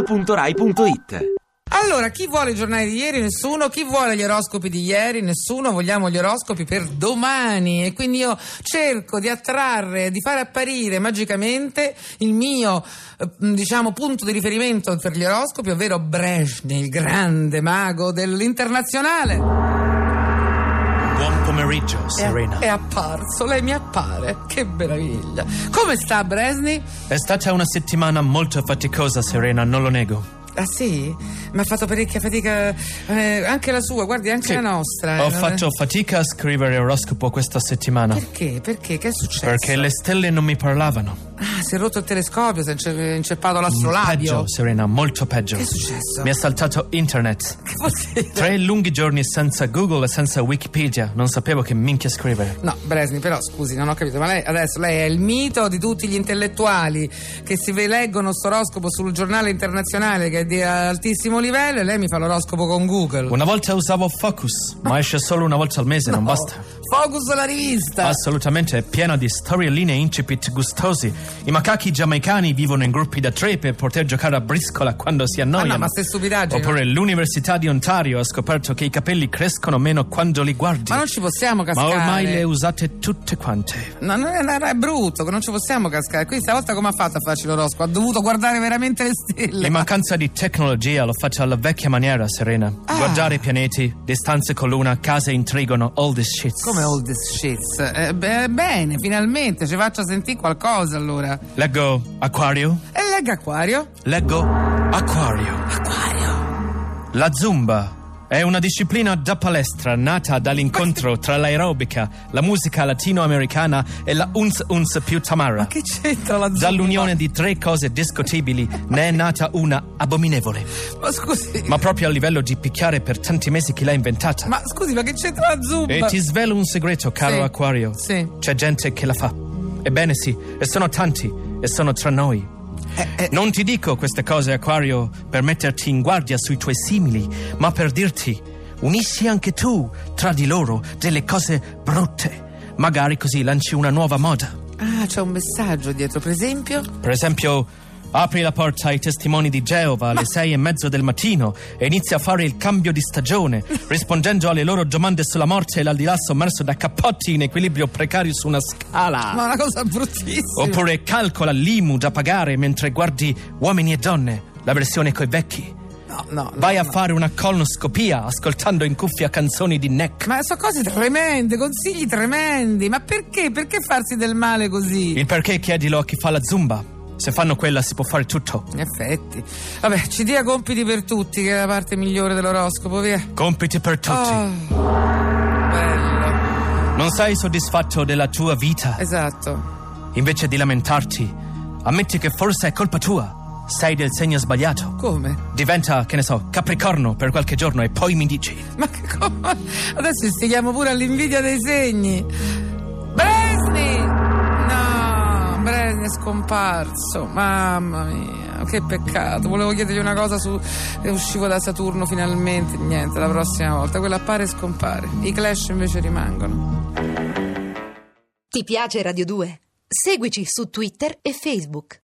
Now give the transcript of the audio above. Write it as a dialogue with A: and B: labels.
A: radio2pod.rai.it
B: Allora, chi vuole i giornali di ieri? Nessuno. Chi vuole gli oroscopi di ieri? Nessuno. Vogliamo gli oroscopi per domani. E quindi io cerco di attrarre, di far apparire magicamente il mio, eh, diciamo, punto di riferimento per gli oroscopi, ovvero Brezhnev, il grande mago dell'internazionale.
A: Buon pomeriggio,
B: È-
A: Serena.
B: È, apparso, lei mi appare. Che meraviglia. Come sta Brezhnev?
A: È stata una settimana molto faticosa, Serena, non lo nego.
B: Ah sì? Mi ha fatto parecchia fatica, eh, anche la sua, guardi, anche la nostra. eh,
A: Ho
B: non è-
A: fatto fatica a scrivere oroscopo questa settimana.
B: Perché? Perché? Che è successo?
A: Perché le stelle non mi parlavano.
B: Ah, si è rotto il telescopio, si è ince- inceppato l'astrolabio.
A: Peggio, Serena, molto peggio.
B: Che è successo?
A: Mi è saltato internet.
B: Che vuol dire?
A: Tre lunghi giorni senza Google e senza Wikipedia. Non sapevo che minchia scrivere.
B: No, Bresni, però scusi, non ho capito, ma lei adesso lei è il mito di tutti gli intellettuali che si ve- leggono sto oroscopo sul giornale internazionale che è di altissimo livello e lei mi fa l'oroscopo con Google.
A: Una volta usavo Focus,
B: Ah.
A: ma esce solo una volta al mese, non basta.
B: Focus la rivista! Ah,
A: Assolutamente è piena di storieline e incipit gustosi. I macachi giamaicani vivono in gruppi da tre per poter giocare a briscola quando si annoiano.
B: Ah, no, ma ste stupidaggini.
A: Oppure l'Università di Ontario ha scoperto che i capelli crescono meno quando li guardi.
B: ma non ci possiamo
A: Ma
B: cascare.
A: ormai le usate tutte quante.
B: No, no, no, no, è brutto, non ci possiamo cascare. Qui stavolta come ha fatto a farci l'oroscopo? Ha dovuto guardare veramente le stelle.
A: In mancanza di tecnologia lo faccio alla vecchia maniera, Serena.
B: Ah.
A: Guardare i pianeti, distanze con l'una, case intrigono, all this shit.
B: Come all this shits? Eh, beh, bene, finalmente ci faccia sentire qualcosa allora.
A: Leggo Aquario.
B: E legga Aquario.
A: Leggo Aquario.
B: Aquario.
A: La Zumba è una disciplina da palestra nata dall'incontro tra l'aerobica, la musica latinoamericana e la unz unz più tamara.
B: Che c'entra la zumba?
A: Dall'unione di tre cose discutibili ne è nata una abominevole,
B: Ma scusi. Ma...
A: ma proprio a livello di picchiare per tanti mesi chi l'ha inventata.
B: scusi, ma che c'entra la zumba?
A: E ti svelo un segreto, caro
B: Sì.
A: Eh, Aquario.
B: Sì.
A: C'è gente che la fa. Ebbene sì, e sono tanti, e sono tra noi. Non ti dico queste cose, Aquario, per metterti in guardia sui tuoi simili, ma per dirti, unisci anche tu, tra di loro, delle cose brutte. Magari così lanci una nuova moda.
B: Ah, c'è un messaggio dietro, per esempio.
A: Per esempio, apri la porta ai testimoni di Geova alle sei e mezzo del mattino e inizia a fare il cambio di stagione, rispondendo alle loro domande sulla morte e l'aldilà sommerso da cappotti in equilibrio precario su una scala.
B: Ma è una cosa bruttissima.
A: Oppure calcola l'IMU da pagare mentre guardi Uomini e Donne, la versione coi vecchi.
B: No, no. no,
A: Vai a
B: no.
A: fare una colonoscopia ascoltando in cuffia canzoni di Neck.
B: Ma sono cose tremende, consigli tremendi. Ma perché? Perché farsi del male così?
A: Il perché chiedilo a chi fa la zumba. Se fanno quella si può fare tutto.
B: In effetti. Vabbè, ci dia compiti per tutti, che è la parte migliore dell'oroscopo, via.
A: Compiti per tutti.
B: Oh, bello.
A: Non sei soddisfatto della tua vita.
B: Esatto.
A: Invece di lamentarti, ammetti che forse è colpa tua. Sei del segno sbagliato.
B: Come?
A: Diventa, che ne so, capricorno per qualche giorno e poi mi dici.
B: Ma che come? Adesso istighiamo pure all'invidia dei segni. Bresni! No, Bresni è scomparso. Mamma mia, che peccato. Volevo chiedergli una cosa su. e Uscivo da Saturno finalmente. Niente, la prossima volta. Quella appare e scompare. I clash invece rimangono.
C: Ti piace Radio 2? Seguici su Twitter e Facebook.